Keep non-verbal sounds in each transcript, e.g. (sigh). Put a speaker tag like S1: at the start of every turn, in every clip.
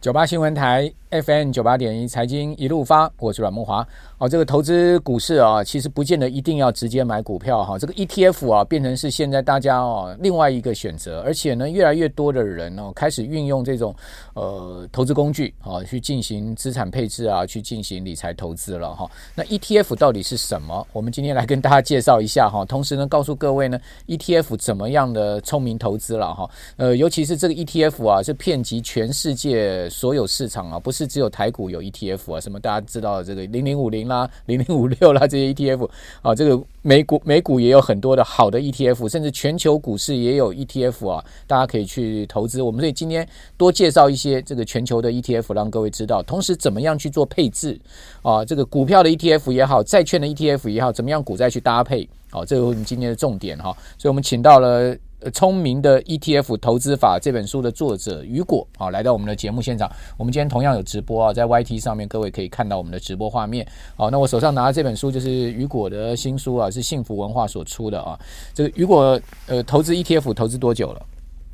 S1: 九八新闻台 FM 九八点一财经一路发，我是阮梦华。哦，这个投资股市啊，其实不见得一定要直接买股票哈、这个 ETF 啊，变成是现在大家哦另外一个选择，而且呢，越来越多的人哦开始运用这种呃投资工具啊、去进行资产配置啊，去进行理财投资了哈、那 ETF 到底是什么？我们今天来跟大家介绍一下哈、同时呢，告诉各位呢，ETF 怎么样的聪明投资了哈、呃，尤其是这个 ETF 啊，是遍及全世界所有市场啊，不是只有台股有 ETF 啊，什么大家知道的这个零零五零啦、 (laughs) 零零五六啦这些 ETF 啊，这个美股美股也有很多的好的 ETF，甚至全球股市也有 ETF 啊，大家可以去投资。我们所以今天多介绍一些这个全球的 ETF，让各位知道，同时怎么样去做配置啊，这个股票的 ETF 也好，债券的 ETF 也好，怎么样股债去搭配。好、这是我们今天的重点哈、所以我们请到了。呃聪明的 ETF 投资法这本书的作者雨果，好、来到我们的节目现场。我们今天同样有直播啊，在 YT 上面各位可以看到我们的直播画面。好、那我手上拿的这本书就是雨果的新书啊，是幸福文化所出的啊。这个雨果呃，投资 ETF 投资多久了？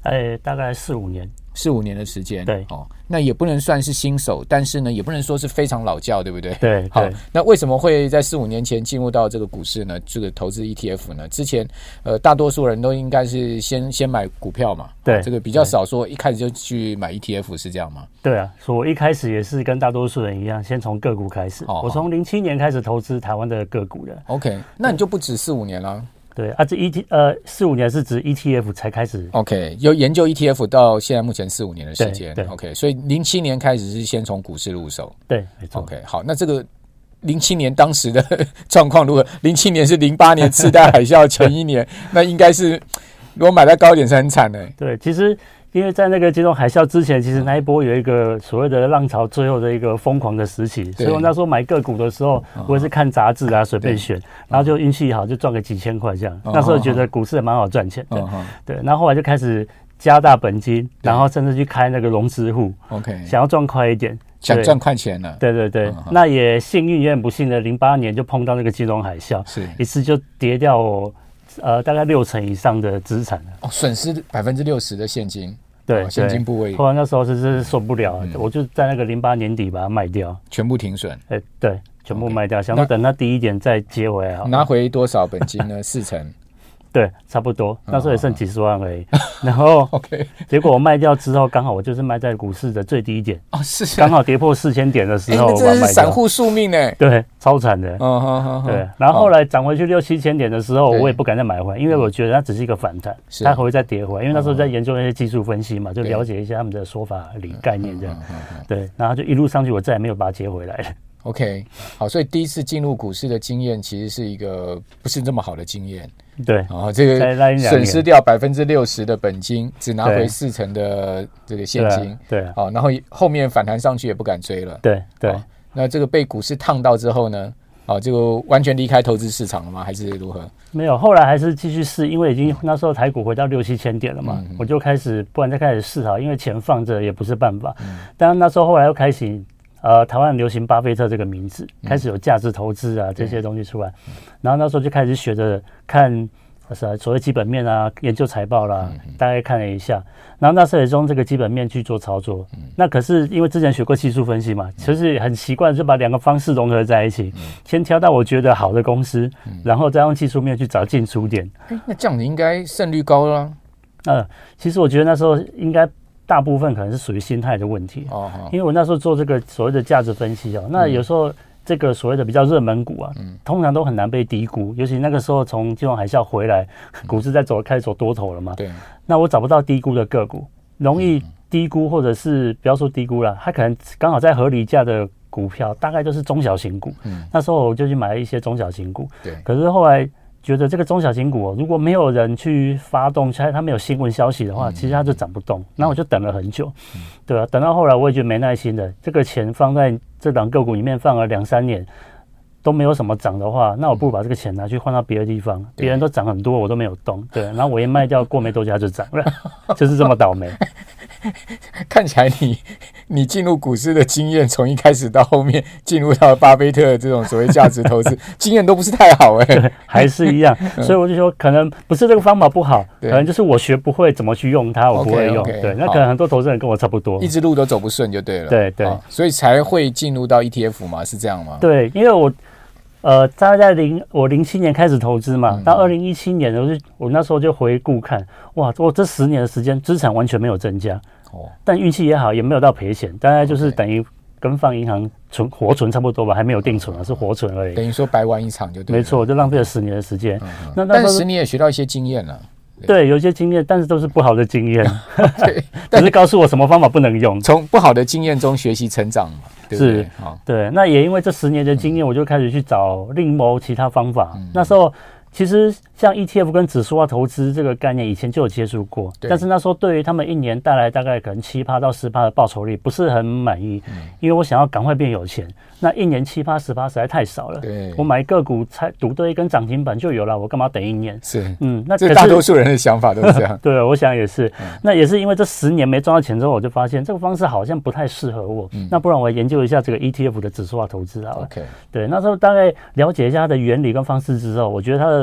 S2: 哎，大概四五年，
S1: 四五年的时间，
S2: 对
S1: 哦，那也不能算是新手，但是呢，也不能说是非常老教，对不对？
S2: 对
S1: 好
S2: 对，
S1: 那为什么会在四五年前进入到这个股市呢？这个投资 ETF 呢？之前呃，大多数人都应该是先先买股票嘛，
S2: 对
S1: 这个比较少说一开始就去买 ETF 是这样吗？
S2: 对啊，所以我一开始也是跟大多数人一样，先从个股开始。
S1: 哦
S2: 我从零七年开始投资台湾的个股的。
S1: OK，那你就不止四五年了。
S2: 对啊，这 E T 呃四五年是指 ETF 才开始。
S1: OK，有研究 ETF 到现在目前四五年的时间
S2: 对。对
S1: OK，所以零七年开始是先从股市入手。
S2: 对，没错。
S1: OK，好，那这个零七年当时的 (laughs) 状况如何？零七年是零八年次贷海啸前一年，那应该是如果买在高点是很惨的、
S2: 对，其实因为在那个金融海啸之前，其实那一波有一个所谓的浪潮最后的一个疯狂的时期，所以我那时候买个股的时候，我也是看杂志啊随便选，然后就运气好就赚个几千块这样。那时候觉得股市也蛮好赚钱
S1: 嗯
S2: 的，
S1: 哼
S2: 对。然后后来就开始加大本金，然后甚至去开那个融资户，
S1: ，OK，
S2: 想要赚快一点。
S1: 想
S2: 对
S1: 赚快钱了，
S2: 对对对
S1: 嗯好，
S2: 那也幸运，也很不幸的，零八年就碰到那个金融海啸，
S1: 是
S2: 一次就跌掉我呃大概六成以上的资产了。
S1: 哦，损失百分之六十的现金，
S2: 对，
S1: 哦现金部位嗯
S2: 后来那时候是真是受不了了，我就在那个零八年底把它卖掉，
S1: 全部停损，
S2: 哎、对，全部
S1: OK
S2: 卖掉，想说
S1: 那
S2: 等它低一点再接回来好。
S1: 拿回多少本金呢？ (laughs) 四成
S2: 对，差不多，
S1: 嗯
S2: 那时候也剩几十万而已。 (laughs) 然后
S1: ，OK，
S2: 结果我卖掉之后，刚好我就是卖在股市的最低点，
S1: 哦，是是，
S2: 刚好跌破四千点的时
S1: 哎，
S2: 候，
S1: 那
S2: 我
S1: 真
S2: 把它
S1: 的
S2: 卖
S1: 是散
S2: 掉。
S1: 户宿命呢、
S2: 对，超惨的。
S1: 嗯哼哼哼
S2: 对，然后后
S1: 哦
S2: 来涨回去六七千点的时候，
S1: 对
S2: 我也不敢再买回来，因为我觉得它只是一个反弹
S1: 是，哦
S2: 它还会再跌回来。因为那时候在研究那些技术分析嘛，就
S1: 对
S2: 了解一下他们的说法理概念这样
S1: 嗯。嗯嗯
S2: 对，然后就一路上去，我再也没有把它接回来了。
S1: ，OK，好，所以第一次进入股市的经验其实是一个不是那么好的经验。
S2: 对，
S1: 哦，这
S2: 在那一
S1: 个
S2: 两
S1: 损
S2: 年
S1: 失掉百分之六十的本金，只拿回
S2: 对
S1: 四成的这个现
S2: 对
S1: 金
S2: 啊，。对啊，
S1: 哦，然后后面反弹上去也不敢追了。
S2: 对对
S1: 哦，那这个被股市烫到之后呢？哦，就完全离开投资市场了吗？还是如何？
S2: 没有。后来还是继续试，因为已经那时候台股回到六七千点了嘛，我就开始，不然再开始试好，因为钱放着也不是办法。但那时候后来又开始。呃，台湾流行巴菲特这个名字，开始有价值投资啊、这些东西出来，然后那时候就开始学着看呃所所谓基本面啊，研究财报啦，大概看了一下，然后那时候也是用这个基本面去做操作。那可是因为之前学过技术分析嘛，其实很习惯就把两个方式融合在一起，先挑到我觉得好的公司，然后再用技术面去找进出点。
S1: 哎，那这样你应该胜率高啊啦。
S2: 呃，其实我觉得那时候应该大部分可能是属于心态的问题，
S1: 哦，哦
S2: 因为我那时候做这个所谓的价值分析哦，那有时候这个所谓的比较热门股啊，通常都很难被低估，尤其那个时候从金融海啸回来，股市在走开始走多头了嘛，
S1: 对，
S2: 那我找不到低估的个股，容易低估或者是不要说低估了，它可能刚好在合理价的股票，大概就是中小型股。
S1: 嗯
S2: 那时候我就去买了一些中小型股，
S1: 对
S2: 可是后来觉得这个中小型股、哦、如果没有人去发动，它它没有新闻消息的
S1: 嗯
S2: 话，其实它就涨不动。那我就等了很久，对啊，等到后来我也觉得没耐心了，这个钱放在这档个股里面放了两三年。都没有什么涨的话，那我不如把这个钱拿去换到别的地方，
S1: 嗯对
S2: 别人都涨很多，我都没有动，对，然后我
S1: (laughs)
S2: 一卖掉，过没多久它就涨了，就是这么倒霉。
S1: 看起来你 (laughs) 你进入股市的经验，从一开始到后面进入到巴菲特这种所谓价值投资 (laughs) 经验都不是太好哎、
S2: 对，还是一样。所以我就说，可能不是这个方法不好，可
S1: 嗯对
S2: 能就是我学不会怎么去用它，我不会用。
S1: OK，OK，
S2: 对，那
S1: 好
S2: 可能很多投资人跟我差不多
S1: 一。直路都走不顺就对了。
S2: 对对
S1: 哦所以才会进入到 ETF 嘛，是这样吗？
S2: 对，因为我呃，大概在零我零七年开始投资
S1: 嗯
S2: 嘛，到二零一七年，我就我那时候就回顾看，哇，我这十年的时间资产完全没有增加，
S1: 哦，
S2: 但运气也好，也没有到赔钱，大概就是
S1: OK
S2: 等于跟放银行存活存差不多吧，还没有定存啊，是活存而已。
S1: 等于说白玩一场就对了。
S2: 没错，就浪费了十年的时间。那那
S1: 嗯但
S2: 时
S1: 是
S2: 候
S1: 你也学到一些经验了。
S2: 对有一些经验，但是都是不好的经验，
S1: (laughs) 对，
S2: (laughs) 只是告诉我什么方法不能用。
S1: 从不好的经验中学习成长嘛，对不对？哦好、
S2: 对，那也因为这十年的经验，我就开始去找另谋其他方法。
S1: 嗯
S2: 那时候其实像 ETF 跟指数化投资这个概念，以前就有接触过，
S1: 对
S2: 但是那时候对于他们一年带来大概可能七趴到十趴的报酬率不是很满意，
S1: 嗯
S2: 因为我想要赶快变有钱，那一年七趴十趴实在太少了。
S1: 对
S2: 我买个股才赌对一根涨停板就有了，我干嘛等一年？
S1: 是，
S2: 嗯，那可
S1: 这
S2: 是。
S1: 大多数人的想法都是这样
S2: (laughs) 对，我想也是。那也是因为这十年没赚到钱之后，我就发现这个方式好像不太适合我。那不然我研究一下这个 ETF 的指数化投资好了。
S1: OK，
S2: 对，那时候大概了解一下它的原理跟方式之后，我觉得它的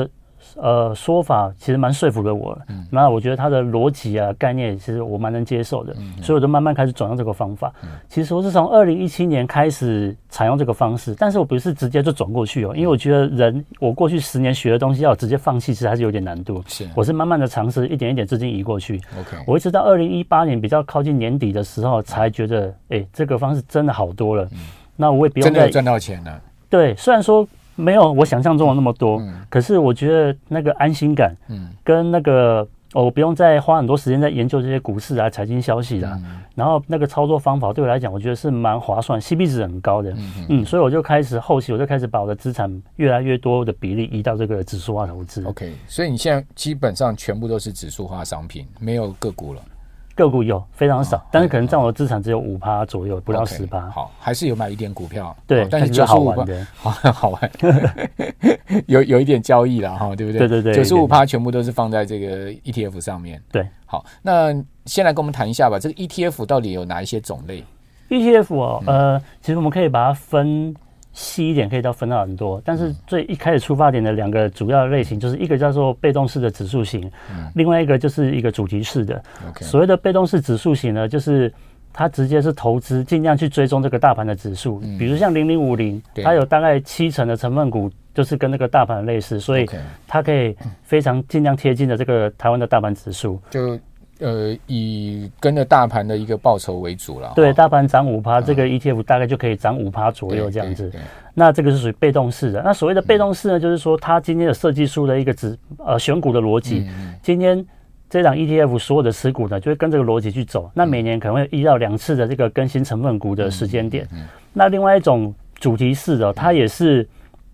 S2: 呃说法其实蛮说服了我的。那我觉得它的逻辑啊概念，其实我蛮能接受的，所以我就慢慢开始转用这个方法。其实我是从二零一七年开始采用这个方式，但是我不是直接就转过去哦，因为我觉得人我过去十年学的东西要直接放弃，其实还是有点难度。
S1: 是
S2: 我是慢慢的尝试，一点一点资金移过去。
S1: OK，
S2: 我一直到二零一八年比较靠近年底的时候，才觉得，哎、这个方式真的好多了。那我也不
S1: 嗯
S2: 用
S1: 真的
S2: 再
S1: 有赚到钱了。
S2: 对，虽然说没有我想象中的那么多，可是我觉得那个安心感，
S1: 嗯
S2: 跟那个、哦我不用再花很多时间在研究这些股市啊、财经消息啦、
S1: 嗯
S2: 然后那个操作方法对我来讲，我觉得是蛮划算，CP 值很高的。嗯所以我就开始后期我就开始把我的资产越来越多的比例移到这个指数化投资。
S1: OK，所以你现在基本上全部都是指数化商品，没有个股了，
S2: 个股有非常
S1: 哦
S2: 少，但是可能占我的资产只有五趴左右，不
S1: 不
S2: 到十趴。
S1: 好，还是有买一点股票，
S2: 对
S1: 哦哦但是
S2: 但是
S1: 九十
S2: 好
S1: 五
S2: 玩
S1: 趴 (laughs)
S2: 的，
S1: 好好玩，有有一点交易了哈，对不对？
S2: 对对对
S1: 九十五趴全部都是放在这个 ETF 上面。
S2: 对
S1: 好，那先来跟我们谈一下吧，这个 ETF 到底有哪一些种类？
S2: ETF 哦，
S1: 嗯
S2: 呃，其实我们可以把它分细一点，可以到分到很多。但是最一开始出发点的两个主要类
S1: 嗯
S2: 型，就是一个叫做被动式的指数型，另外一个就是一个主题式的。
S1: OK
S2: 所谓的被动式指数型呢，就是它直接是投资，尽量去追踪这个大盘的指数。比如像零零五零，
S1: 嗯对
S2: 它有大概七成的成分股就是跟那个大盘类似，所以
S1: OK
S2: 它可以非常尽量贴近的这个台湾的大盘指数。
S1: 就呃以跟着大盘的一个报酬为主了。哈
S2: 对，大盘涨五趴，这个 ETF 大概就可以涨五趴左右这样子。
S1: 嗯对对
S2: 那这个是属于被动式的。那所谓的被动式呢，就是说它今天有设计出了一个指呃选股的逻辑，
S1: 嗯
S2: 今天。这档 ETF 所有的持股呢，就会跟这个逻辑去走。
S1: 嗯
S2: 那每年可能会有一到两次的这个更新成分股的时间点。
S1: 嗯
S2: 那另外一种主题式的，它也是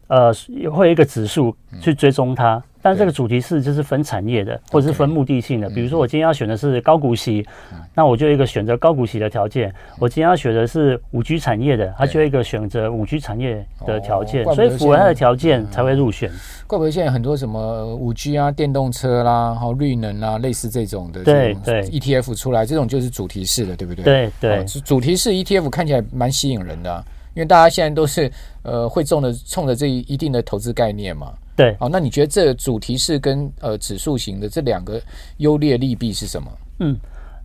S2: 呃会有一个指数
S1: 嗯
S2: 去追踪它，但这个主题式就是分产业的，或者是分目的性的。
S1: 嗯
S2: 比如说我今天要选的是高股息，那我就有一个选择高股息的条件；
S1: 嗯
S2: 我今天要选的是五 G 产业的，它就有一个选择五 G 产业的条件
S1: 哦，怪不
S2: 所
S1: 得
S2: 以符合它的条
S1: 嗯
S2: 件才会入选。
S1: 怪不得现在很多什么五 G 啊、电动车啦、然后绿能啊，类似这种的
S2: 对
S1: 这种
S2: 对
S1: ETF 出来，这种就是主题式的，对不对？
S2: 对对
S1: 哦主主题式 ETF 看起来蛮吸引人的啊、因为大家现在都是呃会中的冲着这一一定的投资概念嘛。
S2: 对，
S1: 哦，那你觉得这主题式跟呃指数型的这两个优劣利弊是什么？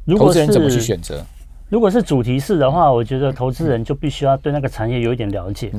S2: 如
S1: 投
S2: 果
S1: 资人怎么去
S2: 是
S1: 选择？
S2: 如果是主题式的话，我觉得投资人就必须要对那个产业有一点了解。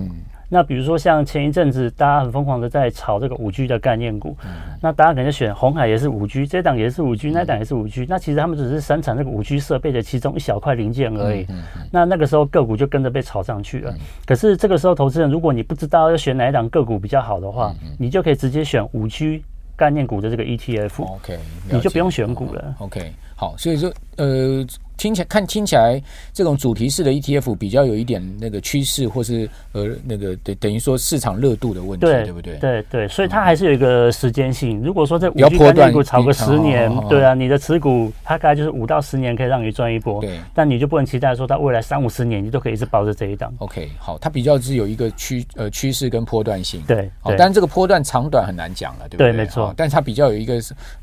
S2: 那比如说像前一阵子大家很疯狂的在炒这个五 G 的概念股，那大家可能选红海也是五 G，这档也是五 G，那档也是五 G。那其实他们只是生产这个五 G 设备的其中一小块零件而已。那那个时候个股就跟着被炒上去了。可是这个时候投资人如果你不知道要选哪一档个股比较好的话，你就可以直接选五 G 概念股的这个 ETF，、
S1: 哦 OK，
S2: 你就不
S1: 用。
S2: 用选股了。
S1: OK，好，所以说呃，听起来看听起来这种主题式的 ETF 比较有一点那个趋势或是呃那个等等于说市场热度的问题，对不对？嗯
S2: 对对，所以它还是有一个时间性。如果说这五
S1: 比较
S2: G
S1: 波
S2: 概念
S1: 段
S2: 股炒个
S1: 一
S2: 十年
S1: 哦哦哦，
S2: 对啊，你的持股它大概就是五到十年可以让你赚一波
S1: 对，
S2: 但你就不能期待说到未来三五十年你都可以一直保着这一档。
S1: OK，好，它比较是有一个趋呃趋势跟波段性。
S2: 对
S1: 好，
S2: 对
S1: 但是这个波段长短很难讲了，对不对？
S2: 对没错
S1: 好但是它比较有一个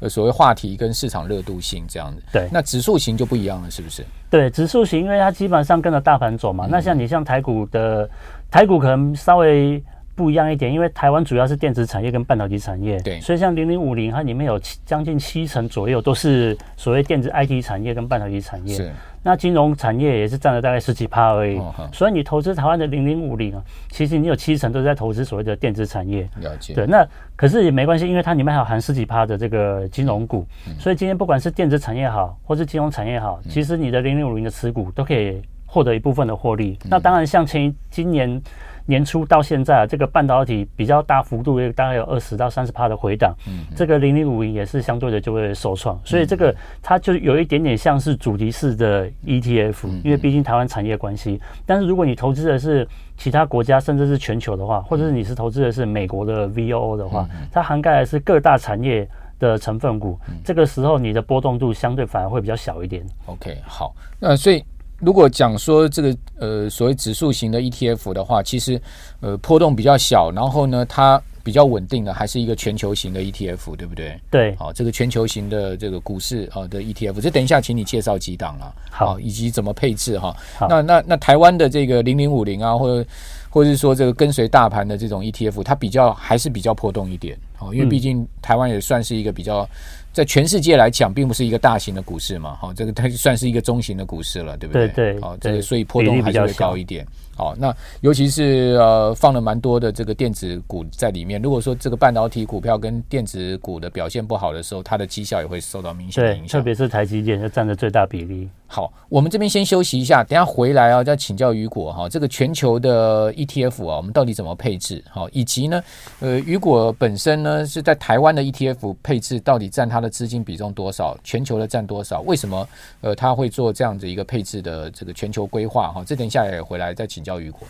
S1: 呃所谓话题跟市场热度性这样子。
S2: 对
S1: 那指数型就不一样了，是不不是？
S2: 对，指数型，因为它基本上跟着大盘走
S1: 嗯
S2: 嘛。那像你像台股的台股可能稍微不一样一点，因为台湾主要是电子产业跟半导体产业，
S1: 对
S2: 所以像零零五零它里面有七将近七成左右都是所谓电子 IT 产业跟半导体产业，
S1: 是
S2: 那金融产业也是占了大概十几趴而已。
S1: 哦好
S2: 所以你投资台湾的零零五零啊，其实你有七成都是在投资所谓的电子产业。
S1: 了解。
S2: 对，那可是也没关系，因为它里面还有含十几趴的这个金融股，所以今天不管是电子产业好，或是金融产业好，其实你的零零五零的持股都可以获得一部分的获利。那当然，像前一今年年初到现在啊，这个半导体比较大幅度，大概有二十到三十趴的回档，这个零零五零也是相对的就会受创，所以这个它就有一点点像是主题式的 ETF，因为毕竟台湾产业关系。但是如果你投资的是其他国家甚至是全球的
S1: 嗯
S2: 话，或者是你是投资的是美国的 VOO 的话，它涵盖的是各大产业的成分股，
S1: 嗯
S2: 这个时候你的波动度相对反而会比较小一点。
S1: OK，好，那所以如果讲说这个呃所谓指数型的 ETF 的话，其实呃波动比较小，然后呢它比较稳定的还是一个全球型的 ETF，对不对？
S2: 对，
S1: 好，这个全球型的这个股市啊的 ETF，这等一下请你介绍几档啦，
S2: 好
S1: 以及怎么配置哈、
S2: 好
S1: 那那那台湾的这个零零五零啊，或者或者是说这个跟随大盘的这种 ETF，它比较还是比较波动一点，好、
S2: 嗯
S1: 因为毕竟台湾也算是一个比较在全世界来讲，并不是一个大型的股市嘛，好、这个它算是一个中型的股市了，对不对？
S2: 对对
S1: 好、这
S2: 对
S1: 个所以波
S2: 比例
S1: 动
S2: 比
S1: 还是
S2: 较
S1: 会
S2: 小
S1: 高一点。好，那尤其是呃放了蛮多的这个电子股在里面。如果说这个半导体股票跟电子股的表现不好的时候，它的绩效也会受到明显的
S2: 对，
S1: 影
S2: 特
S1: 响。
S2: 别是台积电就占了最大比例。
S1: 好，我们这边先休息一下，等一下回来啊，再请教雨果哈、这个全球的 ETF 啊，我们到底怎么配置？好、以及呢，呃，雨果本身呢是在台湾的 ETF 配置，到底占他的资金比重多少？全球的占多少？为什么呃他会做这样的一个配置的这个全球规划？哈、这等一下也回来再请教雨果。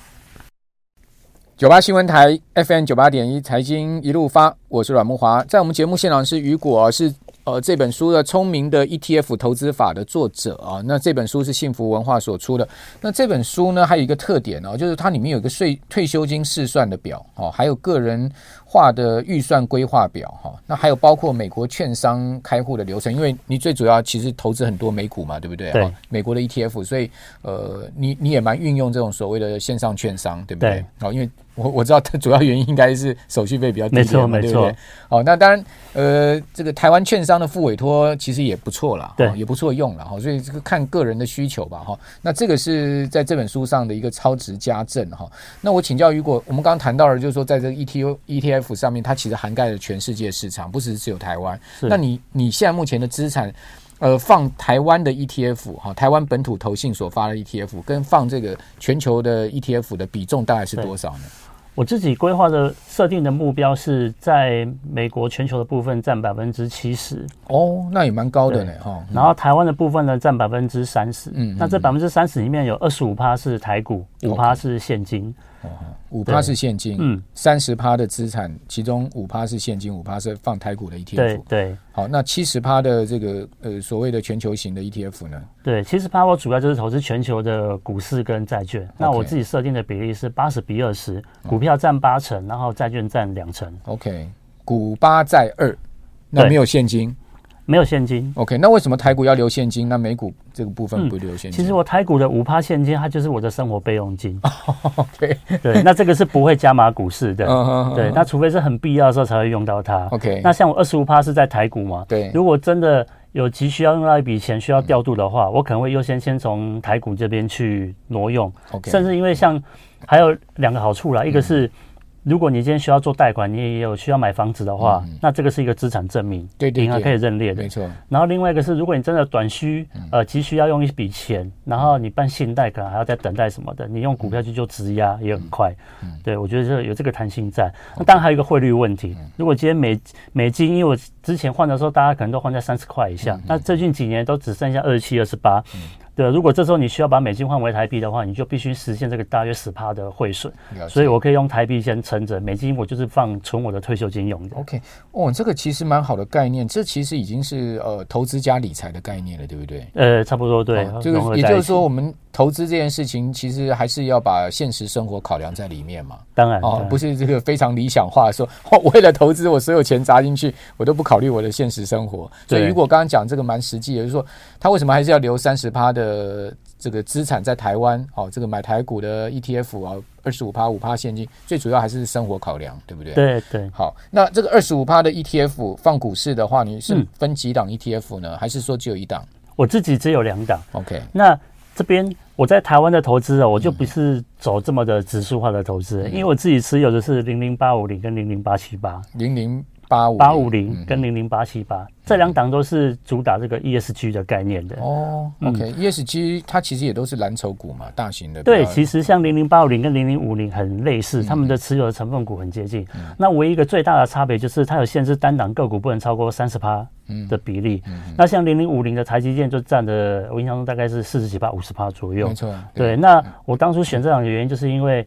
S1: 九八新闻台 FM 九八点一财经一路发，我是阮木华，在我们节目现场是雨果、是呃这本书的《聪明的 ETF 投资法》的作者啊。那这本书是幸福文化所出的。那这本书呢，还有一个特点哦，就是它里面有一个税退休金试算的表哦，还有个人化的预算规划表哈、那还有包括美国券商开户的流程，因为你最主要其实投资很多美股嘛，对不对？
S2: 对
S1: 哦美国的 ETF，所以呃，你你也蛮运用这种所谓的线上券商，对不对？
S2: 对
S1: 哦，因为我我知道它主要原因应该是手续费比较低
S2: 没错
S1: 廉嘛
S2: 没
S1: 对不对
S2: 错
S1: 哦，那当然，呃，这个台湾券商的副委托其实也不错啦，
S2: 对
S1: 哦也不错用了哈、哦所以这个看个人的需求吧哈、哦那这个是在这本书上的一个超值加赠哈、那我请教雨果，我们刚刚谈到了，就是说在这个 E ETF ETF 上面，它其实涵盖了全世界市场，不只是只有台湾。
S2: 是
S1: 那你你现在目前的资产，呃，放台湾的 ETF 哈、哦台湾本土投信所发的 ETF，跟放这个全球的 ETF 的比重大概是
S2: 对
S1: 多少呢？
S2: 我自己规划的设定的目标是在美国全球的部分占百分之七十，
S1: 哦，那也蛮高的呢哈。嗯
S2: 然后台湾的部分呢占百分之三十。
S1: 嗯嗯
S2: 那这百分之三十里面有二十五趴是台股，五趴是现金。
S1: 五趴
S2: 对
S1: 是现金，
S2: 嗯，
S1: 三十趴的资产，其中五趴是现金，五趴是放台股的
S2: 对
S1: ETF。
S2: 对
S1: 好，那七十趴的这个呃所谓的全球型的 ETF 呢？
S2: 对，其实趴我主要就是投资全球的股市跟债券。那我自己设定的比例是八十比二十，股票占八成，然后债券占两成，
S1: OK，股八在二，那
S2: 对
S1: 没有现金。
S2: 没有现金。
S1: OK，那为什么台股要留现金？那美股这个部分
S2: 嗯
S1: 不留现金？哦
S2: 其实我台股的五趴现金，它就是我的生活备用金。
S1: (laughs) OK，
S2: (laughs) 对，那这个是不会加码股市的。
S1: 嗯哼
S2: 对，那除非是很必要的时候才会用到它。
S1: OK，
S2: 那像我二十五趴是在台股嘛？
S1: 对
S2: 如果真的有急需要用到一笔钱需要调度的话，我可能会优先先从台股这边去挪用，
S1: OK，嗯
S2: 甚至因为像还有两个好处啦，一个是。如果你今天需要做贷款，你也有需要买房子的话，那这个是一个资产证明，
S1: 嗯对对
S2: 银行
S1: 对
S2: 可以认列的
S1: 没。错，
S2: 然后另外一个是，如果你真的短需，
S1: 嗯
S2: 呃，急需要用一笔钱，然后你办信贷可能还要再等待什么的，你用股票去做质押也很快。
S1: 嗯
S2: 对，我觉得这有这个弹性在。那当然还有一个汇率问题，
S1: 嗯
S2: 如果今天美美金，因为我之前换的时候大家可能都换在三十块以
S1: 嗯
S2: 下，那最近几年都只剩下二十七、二十八。对，如果这时候你需要把美金换为台币的话，你就必须实现这个大约十趴的汇损，
S1: 了解
S2: 所以我可以用台币先撑着，美金我就是放存我的退休金用的。
S1: OK，哦，这个其实蛮好的概念，这其实已经是呃投资加理财的概念了，对不对？
S2: 呃，差不多对
S1: 哦，这
S2: 融合
S1: 个也
S2: 在
S1: 就
S2: 一
S1: 是
S2: 起
S1: 说，我们投资这件事情，其实还是要把现实生活考量在里面嘛。
S2: 当然
S1: 哦，不
S2: 是，
S1: 是这个非常理想化说， (laughs) 哦，为了投资，我所有钱砸进去，我都不考虑我的现实生活。所以
S2: 对
S1: 雨果刚刚讲这个蛮实际的，就是说他为什么还是要留三十趴的这个资产在台湾？哦，这个买台股的 ETF 啊，二十五趴五趴现金，最主要还是生活考量，对不对？。
S2: 对对，
S1: 好，那这个二十五趴的 ETF 放股市的话，你是
S2: 嗯
S1: 分几档 ETF 呢？还是说只有一档
S2: 我自己只有两档。
S1: ？OK，
S2: 那这边我在台湾的投资啊，我就不是走这么的指数化的投资，因为我自己持有的是零零八五零跟零零八七八、
S1: 零零八五
S2: 八五零跟零零八七八这两档都是主打这个 ESG 的概念的。
S1: 哦，OK，ESG、它其实也都是蓝筹股嘛，大型的比较。
S2: 对，其实像零零八五零跟零零五零很类似，他们的持有的成分股很接近。那唯一一个最大的差别就是它有限制单档个股不能超过三十趴的比例。那像零零五零的台积电就占的，我印象中大概是四十几趴、五十趴左右
S1: 没。错，
S2: 对，那我当初选这档的原因，就是因为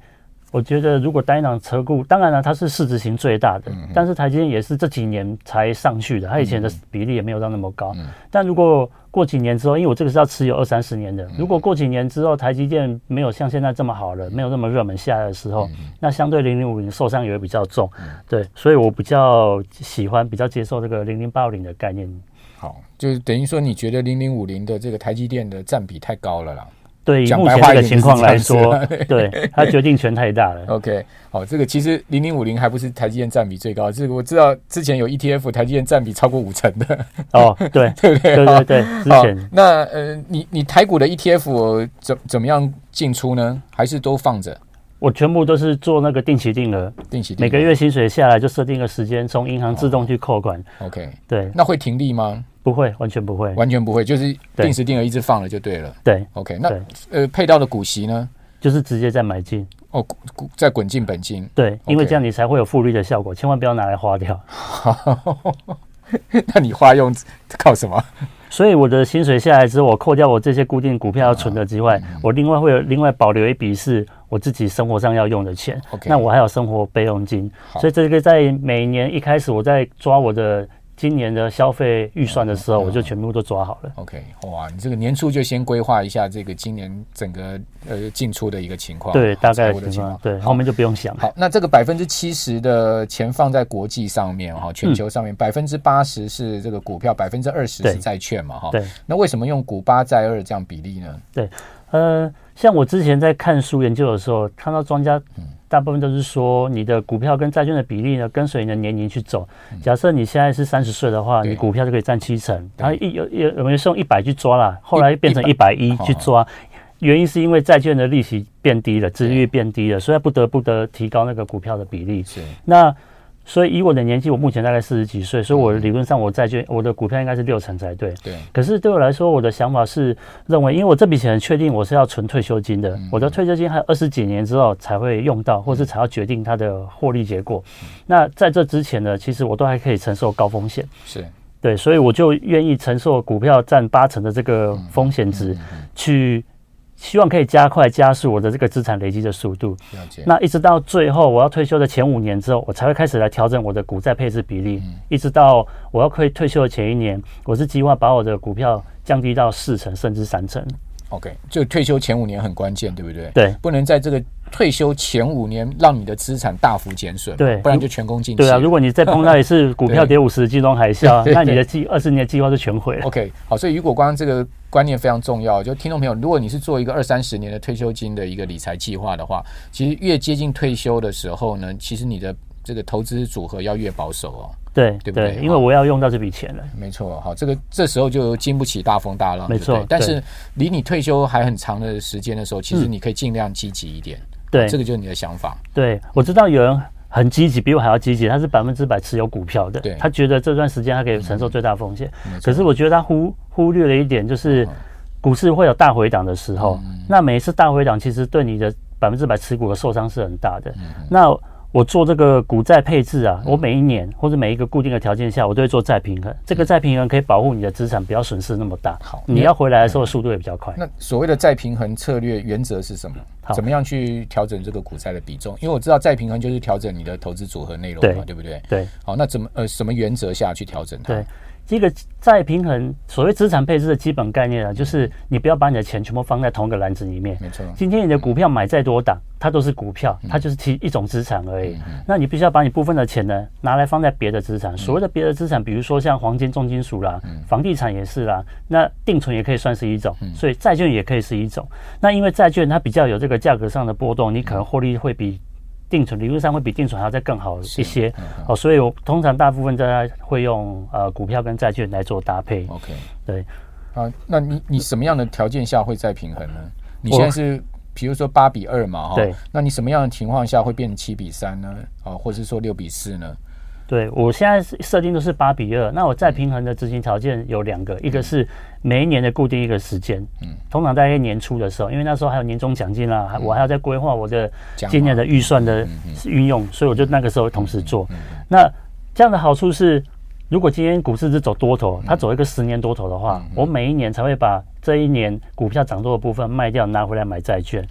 S2: 我觉得如果单一档持股，当然了，它是市值型最大的，
S1: 嗯
S2: 但是台积电也是这几年才上去的，它以前的比例也没有到那么
S1: 嗯
S2: 高。但如果过几年之后，因为我这个是要持有二三十年的，
S1: 嗯
S2: 如果过几年之后台积电没有像现在这么好了，没有那么热门下来的时候，
S1: 嗯
S2: 那相对零零五零受伤也会比较重。对，所以我比较喜欢、比较接受这个零零八零的概念。
S1: 好，就是等于说你觉得零零五零的这个台积电的占比太高了啦。
S2: 对，以
S1: 讲
S2: 目
S1: 白
S2: 前
S1: 话
S2: 这
S1: 一
S2: 个
S1: 点
S2: 情
S1: 就是
S2: 况
S1: 这样
S2: 来
S1: 子
S2: 说
S1: 啊，
S2: 对
S1: (laughs)
S2: 它决定权太大了。
S1: OK，好，这个其实零零五零还不是台积电占比最高，这个我知道之前有 ETF 台积电占比超过五成的， (laughs)
S2: 哦，
S1: 对哦
S2: 对，
S1: 不对？
S2: 对
S1: 好
S2: 对对，之
S1: 好
S2: 前
S1: 那呃，你你台股的 ETF 怎怎么样进出呢？还是都放着
S2: 我全部都是做那个定期定额，
S1: 定期定额
S2: 每个月薪水下来就设定一个时间，从银行自动去扣款。
S1: ？OK，
S2: 对，
S1: 那会停利吗？
S2: 不会，完全不会。
S1: 哦完全不会，就是
S2: 对
S1: 定时定额一直放了就对了。
S2: 对，
S1: OK，那
S2: 对
S1: 呃配到的股息呢？
S2: 就是直接再买进。
S1: 哦，股股再滚进本金。 (laughs)
S2: 对，因为
S1: OK
S2: 这样你才会有复利的效果，千万不要拿来花掉。
S1: 那你花用靠什么？
S2: 所以我的薪水下来之后，我扣掉我这些固定股票要存的之外，
S1: 嗯
S2: 我另外会有另外保留一笔是我自己生活上要用的钱。
S1: OK
S2: 那我还有生活备用金，所以这个在每年一开始我在抓我的今年的消费预算的
S1: 嗯
S2: 时候，我就全部都抓好了。
S1: OK，哇，你这个年初就先规划一下这个今年整个呃进出的一个情况，
S2: 对，大
S1: 财
S2: 概
S1: 务的
S2: 的情
S1: 情
S2: 况
S1: 况，。
S2: 对，后面就不用想了。
S1: 好，那这个百分之七十的钱放在国际上面
S2: 嗯
S1: 哈，全球上面百分之八十是这个股票，百分之二十
S2: 对
S1: 是债券嘛哈。
S2: 对。
S1: 那为什么用股八债二这样比例呢？
S2: 对，呃，像我之前在看书研究的时候，看到庄家
S1: 嗯
S2: 大部分都是说你的股票跟债券的比例呢，跟随你的年龄去走。假设你现在是三十岁的
S1: 嗯
S2: 话，
S1: 对
S2: 你股票就可以占七成，然后一有有有没有是用一百去抓啦，后来变成一百一
S1: 100
S2: 去抓。原因是因为债券的利息变低了，殖利率变低了，所以不得不得提高那个股票的比例。
S1: 是
S2: 那所以以我的年纪，我目前大概四十几岁，所以
S1: 嗯
S2: 我的理论上我债券我的股票应该是六成才对。
S1: 对
S2: 可是对我来说，我的想法是认为，因为我这笔钱确定我是要存退休金的，我的退休金还有二十几年之后才会用到，或是才要决定它的获利结果。那在这之前呢，其实我都还可以承受高风险，
S1: 是
S2: 对，所以我就愿意承受股票占八成的这个风险值，去希望可以加快加速我的这个资产累积的速度。
S1: 了解。
S2: 那一直到最后我要退休的前五年之后，我才会开始来调整我的股债配置比
S1: 嗯
S2: 例，一直到我要退退休的前一年，我是计划把我的股票降低到四成甚至三成。
S1: OK，就退休前五年很关键，对不对？
S2: 对
S1: 不能在这个退休前五年让你的资产大幅减损嘛，
S2: 对
S1: 不然就全功尽弃了。
S2: 对啊，如果你再碰到一次股
S1: (laughs)
S2: 票跌五十金融海啸，
S1: 对哦
S2: 那你的计二十年计划就全毁了。
S1: OK，好，所以雨果刚刚这个观念非常重要。就听众朋友，如果你是做一个二三十年的退休金的一个理财计划的话，其实越接近退休的时候呢，其实你的这个投资组合要越保守哦。
S2: 对
S1: 对不对
S2: 因为我要用到这笔钱了。
S1: 没错，好，这个这时候就经不起大风大浪，
S2: 没错
S1: 对不对但
S2: 对嗯
S1: 是离你退休还很长的时间的时候，其实你可以尽量积极一点。
S2: 对
S1: 哦这个就是你的想法。
S2: 对，我知道有人。很积极，比我还要积极。他是百分之百持有股票的
S1: 对，嗯
S2: 他觉得这段时间他可以承受最大风险。
S1: 没错嗯
S2: 可是我觉得他忽忽略了一点，就是股市会有大回档的时候，那每一次大回档其实对你的百分之百持股的受伤是很大
S1: 嗯
S2: 的。那我做这个股债配置啊，我每一年或者每一个固定的条件下，我都会做债平衡。这个债平衡可以保护你的资产不要损失那么大
S1: 嗯好，嗯
S2: 你要回来的时候速度也比较快。
S1: 那所谓的再平衡策略原则是什么？
S2: 好
S1: 怎么样去调整这个股债的比重？因为我知道再平衡就是调整你的投资组合内容嘛，
S2: 对
S1: 对不对？
S2: 对
S1: 好，那怎么呃什么原则下去调整它？
S2: 对，第一个再平衡，所谓资产配置的基本概念啊，就是你不要把你的钱全部放在同一个篮子里面。
S1: 没错，
S2: 今天你的股票买再多档，它都是股票，它就是其一种资产而已。那你必须要把你部分的钱呢拿来放在别的资产。所谓的别的资产，比如说像黄金、重金属啦，房地产也是啦。那定存也可以算是一种，所以债券也可以是一种。那因为债券它比较有这个价格上的波动，你可能获利会比。定存理论上会比定存还要再更好一些哦，所以我通常大部分大家会用呃股票跟债券来做搭配。
S1: OK，
S2: 对，
S1: 啊，那你你什么样的条件下会再平衡呢？你
S2: 我
S1: 现在是比如说八比二嘛，哈，
S2: 对，
S1: 那你什么样的情况下会变成七比三呢？啊，或是说六比四呢？
S2: 对我现在设定都是八比二，那我再平衡的执行条件有两个，一个是每一年的固定一个时间，通常在年初的时候，因为那时候还有年终奖金啦，还我还要再规划我的
S1: 讲
S2: 今年的预算的运用，所以我就那个时候同时做。那这样的好处是，如果今天股市是走多头，它走一个十年多头的话，我每一年才会把这一年股票涨多的部分卖掉，拿回来买债券。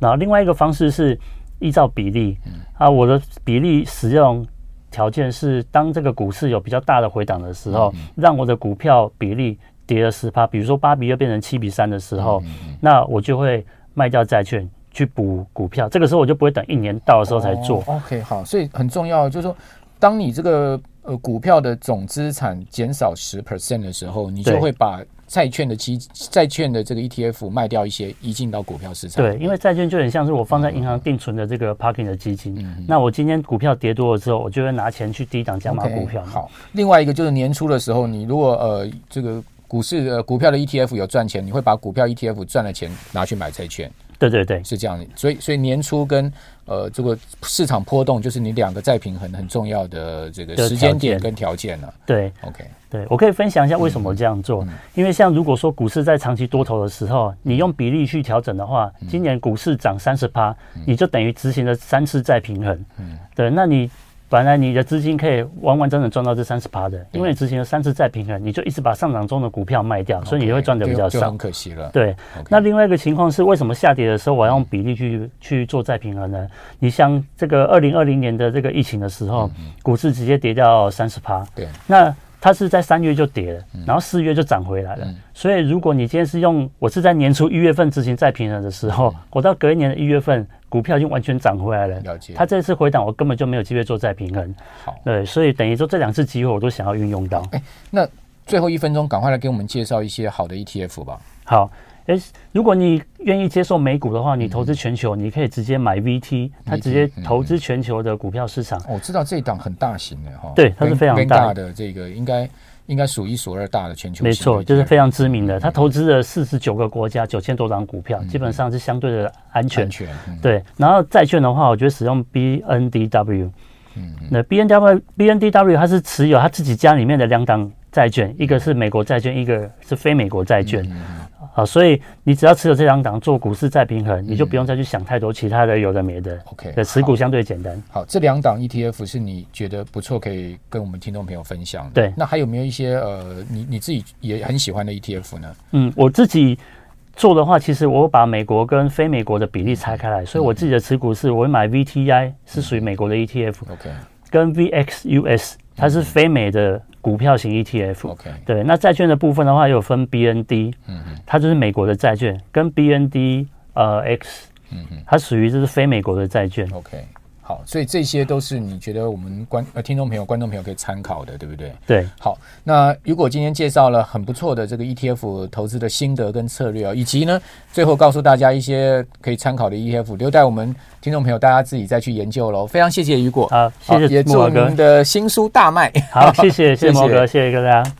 S2: 然后另外一个方式是依照比例，
S1: 嗯
S2: 啊，我的比例使用条件是，当这个股市有比较大的回档的时
S1: 嗯
S2: 候，让我的股票比例跌了十趴，比如说八比二变成七比三的时
S1: 嗯
S2: 候，那我就会卖掉债券去补股票。这个时候我就不会等一年到的时候才做。
S1: 哦 OK，好，所以很重要，就是说，当你这个呃股票的总资产减少十 percent 的时候，你就
S2: 对
S1: 会把债券的基债券的这个 ETF 卖掉一些，移进到股票市场。
S2: 对，因为债券就很像是我放在银行定存的这个 parking 的基
S1: 嗯
S2: 金，那我今天股票跌多了之后，我就会拿钱去低档加码
S1: OK，
S2: 股票嘛。
S1: 好，另外一个就是年初的时候，你如果呃这个股市呃股票的 ETF 有赚钱，你会把股票 ETF 赚的钱拿去买债券，
S2: 对对对，
S1: 是这样的。所以所以年初跟呃这个市场波动，就是你两个再平衡很重要的这个
S2: 的
S1: 时间
S2: 条件
S1: 点跟条件了、
S2: 对
S1: OK，
S2: 对，我可以分享一下为什
S1: 嗯
S2: 么我这样做。因为像如果说股市在长期多头的时候，你用比例去调整的话，
S1: 嗯
S2: 今年股市涨三十趴，你就等于执行了三次再平衡。
S1: 嗯
S2: 对，那你本来你的资金可以完完整整赚到这三十趴的，因为你执行了三次再平衡，你就一直把上涨中的股票卖掉，所以你会赚的比较
S1: 就就
S2: 少
S1: 很。可惜了。
S2: 对
S1: OK，
S2: 那另外一个情况是，为什么下跌的时候我要用比例去去做再平衡呢？你像这个二零二零年的这个疫情的时候，股市直接跌掉三十趴，
S1: 嗯对嗯
S2: 那它是在三月就跌了，然后四月就涨回来了。所以如果你今天是用我是在年初一月份执行再平衡的时候，我到隔一年的一月份，股票已经完全涨回来了。
S1: 嗯了解
S2: 它这次回档，我根本就没有机会做再平衡。
S1: 好
S2: 对，所以等于说这两次机会我都想要运用到。
S1: 那最后一分钟，赶快来给我们介绍一些好的 ETF 吧。
S2: 好，诶，如果你愿意接受美股的话，你投资全球，你可以直接买 VT，它直接投资全球的股票市场。
S1: 哦我知道这一档很大型的哈，
S2: 对它是非常
S1: Vanguard
S2: 大
S1: 的，这个应该应该数一数二大的全球型的
S2: 没错，
S1: ETF
S2: 就是非常知名的，它投资了四十九个国家，九千多档股票，基本上是相对的安全
S1: 安。全。嗯
S2: 对，然后债券的话，我觉得使用 BNDW。那 BNDW BNDW 它是持有它自己家里面的两档债券，一个是美国债券，一个是非美国债券。啊，所以你只要持有这两档做股市再平衡，你就不用再去想太多其他的有的没的。
S1: OK，
S2: 对，持股相对简单。
S1: 好，这两档 ETF 是你觉得不错，可以跟我们听众朋友分享的。
S2: 对
S1: 那还有没有一些呃，你你自己也很喜欢的 ETF 呢？
S2: 嗯，我自己做的话，其实我把美国跟非美国的比例拆开来，所以我自己的持股是，我会买 VTI 是属于美国的 ETF，
S1: OK
S2: 跟 VXUS 它是非美的股票型 ETF。
S1: OK，
S2: 对，那债券的部分的话，有分 BND，它就是美国的债券，跟 BND 呃 X，它属于就是非美国的债券。
S1: OK，好，所以这些都是你觉得我们观呃听众朋友、观众朋友可以参考的，对不对？
S2: 对，
S1: 好，那如果今天介绍了很不错的这个 ETF 投资的心得跟策略啊，以及呢，最后告诉大家一些可以参考的 ETF，留待我们听众朋友大家自己再去研究喽。非常谢谢雨果，
S2: 哦啊好谢谢
S1: 也
S2: 木华
S1: 祝
S2: 哥
S1: 您的新书大卖。
S2: 好，谢
S1: 谢
S2: 谢谢
S1: 谢
S2: (laughs) 谢摩哥，谢谢大家。啊